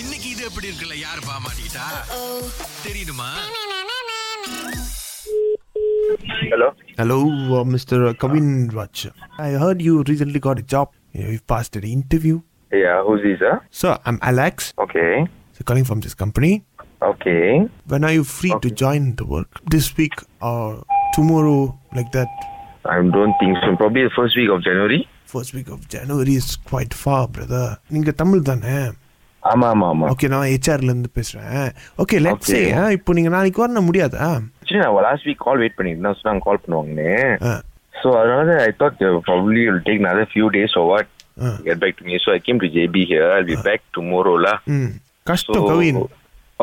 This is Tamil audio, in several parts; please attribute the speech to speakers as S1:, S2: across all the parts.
S1: இன்னைக்கு இது எப்படி இருக்குல்ல யார் பாமாட்டா தெரியுமா
S2: Hello.
S3: Hello, uh, Mr. Kavin Raj. I heard you recently got a job. Yeah, You've passed an interview.
S2: Yeah, who's this? Huh?
S3: Sir, I'm Alex.
S2: Okay.
S3: So calling from this company.
S2: Okay.
S3: When are you free to join the work? This week or tomorrow, like that?
S2: I don't think so. Probably the first week of January.
S3: First week of January is quite far, brother. நீங்க தமிழ் தானே
S2: ஆமா ஆமா ஆமா
S3: ஓகே நான் ஹெச்ஆர்ல இருந்து பேசுறேன் ஓகே லெட்ஸ் சே
S2: Okay.
S3: இப்போ நீங்க நாளைக்கு வர முடியாதா
S2: ஆக்சுவலி நான் லாஸ்ட் வீக் கால் வெயிட் பண்ணிருந்தேன் சொன்னாங்க கால் பண்ணுவாங்கன்னு
S3: ஆ,
S2: ஸோ அதனால uh, I thought probably will take another few days or what
S3: ah.
S2: get back to me so i came to jb here i'll be back tomorrow la
S3: ம்
S2: so
S3: கஷ்டம் கவின்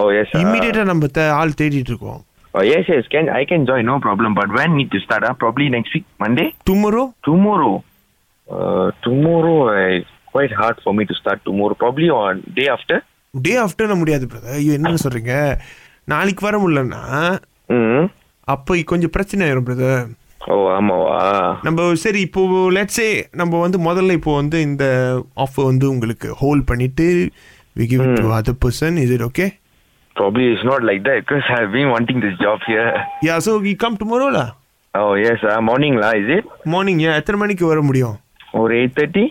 S2: oh yes ah.
S3: இம்மிடியேட்டா நம்ம தே- ஆள் தேடிட்டு இருக்கோம்
S2: oh yes yes can i can join no problem but when need to start ah? probably next week monday
S3: tomorrow
S2: tomorrow uh, tomorrow I, quite hard for me to start tomorrow probably on day after
S3: day after முடியாது பிரதர் ஐயோ என்னன்னு சொல்றீங்க நாளைக்கு வர முடியலன்னா
S2: mm
S3: அப்போ கொஞ்சம் பிரச்சனை ஆயிரும் பிரதர்
S2: ஓ ஆமாவா
S3: நம்ம சரி இப்போ லெட்ஸே நம்ம வந்து முதல்ல இப்போ வந்து இந்த ஆஃபர் வந்து உங்களுக்கு ஹோல்ட் பண்ணிட்டு we give to other person is it okay
S2: probably it's not like that because I been wanting this job here
S3: yeah so we come டுமாரோலா
S2: ஓ எஸ் ஆ மார்னிங்லா இஸ் இட்
S3: மார்னிங் எத்தனை மணிக்கு வர முடியும்
S2: ஒரு eight thirty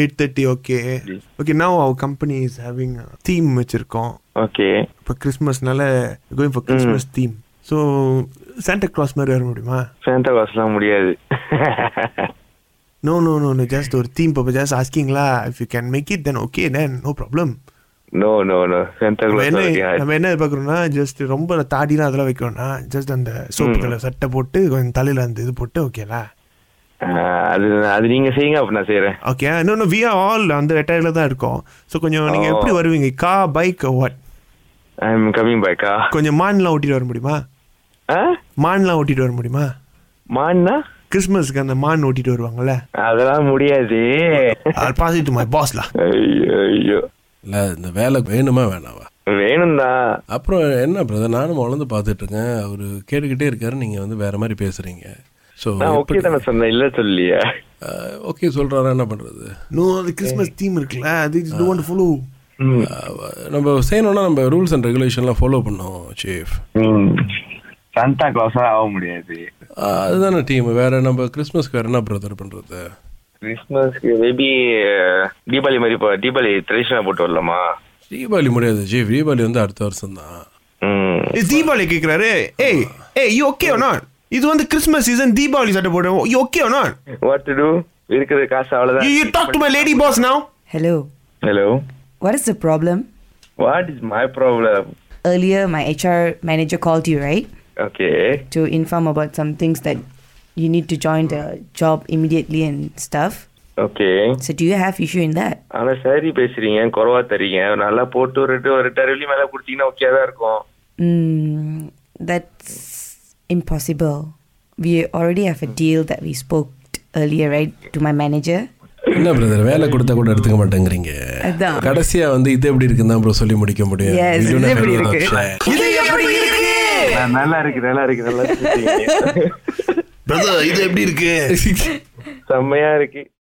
S3: eight thirty okay okay now our company is having a theme வச்சுருக்கோம்
S2: ஓகே
S3: இப்போ கிறிஸ்மஸ்னால going for Christmas theme so Santa Claus மாதிரி வர முடியுமா
S2: சாந்தா காசுலாம் முடியாது
S3: no no no no just ஒரு தீம் இப்போ ஜஸ்ட் ஆஸ்கிங்களா if you can make it then okay then no problem
S2: no no no Santa
S3: நம்ம என்ன
S2: கிளாஸ்
S3: நம்ம என்ன எதிர்பார்க்குறோம்னா ஜஸ்ட் ரொம்ப தாடிலாம் அதெல்லாம் வைக்கணும்னா ஜஸ்ட் அந்த சோப்பு கலர் சட்டை போட்டு கொஞ்சம் தலையில் அந்த இது போட்டு ஓகேலா
S2: Uh, அது அது நீங்க செய்யுங்க அப்ப நான் செய்யறேன்
S3: ஓகே இன்னொன்று வி ஆர் ஆல் அந்த ரிட்டையர்டில் தான் இருக்கோம் ஸோ கொஞ்சம் நீங்கள் எப்படி வருவீங்க கா bike what
S2: I am coming பேக்கா
S3: கொஞ்சம் மான்லாம் ஓட்டிட்டு வர முடியுமா மான்லாம் ஓட்டிட்டு வர முடியுமா
S2: மான்னா
S3: கிறிஸ்மஸ்க்கு அந்த மான் ஓட்டிட்டு வருவாங்கல்ல
S2: அதெல்லாம் முடியாது
S3: ஆர் பாஸ் இட் மை பாஸ்லா
S2: ஐயோ ஐயோ
S4: இல்ல இந்த வேலை வேணுமா வேணாவா
S2: வேணும்டா
S4: அப்புறம் என்ன பிரதர் நானும் வளர்ந்து பார்த்துட்டு இருக்கேன் அவரு கேட்டுக்கிட்டே இருக்காரு நீங்க வந்து வேற மாதிரி பேசுறீங்க ஸோ
S2: நான் ஓகே தானே சொன்னேன் இல்ல சொல்லியா
S4: ஓகே சொல்றாரா என்ன பண்றது
S3: நோ அது கிறிஸ்மஸ் தீம் இருக்குல்ல அது இஸ் டோன்ட் ஃபாலோ
S4: அஹ், நம்ம செய்யணும்னா நம்ம ரூல்ஸ் அண்ட் ரெகுலேஷன்லாம் ஃபாலோ பண்ணோம் சீஃப்
S2: சாந்தா கிளாஸா ஆக முடியாது
S4: அதுதானே டீம் வேற நம்ம கிறிஸ்மஸ்க்கு வேற என்ன பிரதர் பண்றது
S2: கிறிஸ்மஸ்க்கு மேபி தீபாவளி மாதிரி இப்போ தீபாவளி ட்ரெடிஷனாக போட்டு வரலாமா
S4: தீபாவளி முடியாது சீஃப் தீபாவளி வந்து அடுத்த வருஷம் தான்
S2: ம்
S3: தீபாவளி கேட்குறாரு ஏய் ஏய் யூ ஓகே நான் இது வந்து கிறிஸ்மஸ் சீசன் தீபாவளி சட்டை போடுவோம் யூ ஓகே நான்
S2: வாட் டு டூ இருக்கிற காசு
S3: You,
S2: அவ்வளோதான்
S3: you talk to my lady boss now.
S5: Hello.
S2: Hello
S5: What is the problem?
S2: What is my problem
S5: Earlier, my HR manager called you, right?
S2: Okay
S5: To inform about some things that you need to join the job immediately and stuff.
S2: Okay
S5: So, do you have issue in that?
S2: ஆனால் சரி பேசுறீங்க குறவா தரீங்க நல்லா போட்டு ஒரு ரெண்டு ஒரு டரலி மேலே கொடுத்தீங்கன்னா ஓகே தான் இருக்கும்
S5: Mm, that's impossible. We already have a deal that we spoke earlier, right? To my manager.
S4: என்ன பிரதர் வேலை கொடுத்தா கூட எடுத்துக்க மாட்டேங்கிறீங்க
S5: அதான்.
S4: கடைசியா வந்து இது எப்படி இருக்குன்னு தான் bro சொல்லி முடிக்க முடியும்
S5: Yes,
S4: We do
S5: இது
S4: not
S5: எப்படி
S4: have
S5: இருக்கு?
S4: another option.
S2: நான் நல்லா இருக்கு நல்லா இருக்கு நல்லா இருக்கு
S3: Brother, இது எப்படி இருக்கு
S2: செம்மையா இருக்கு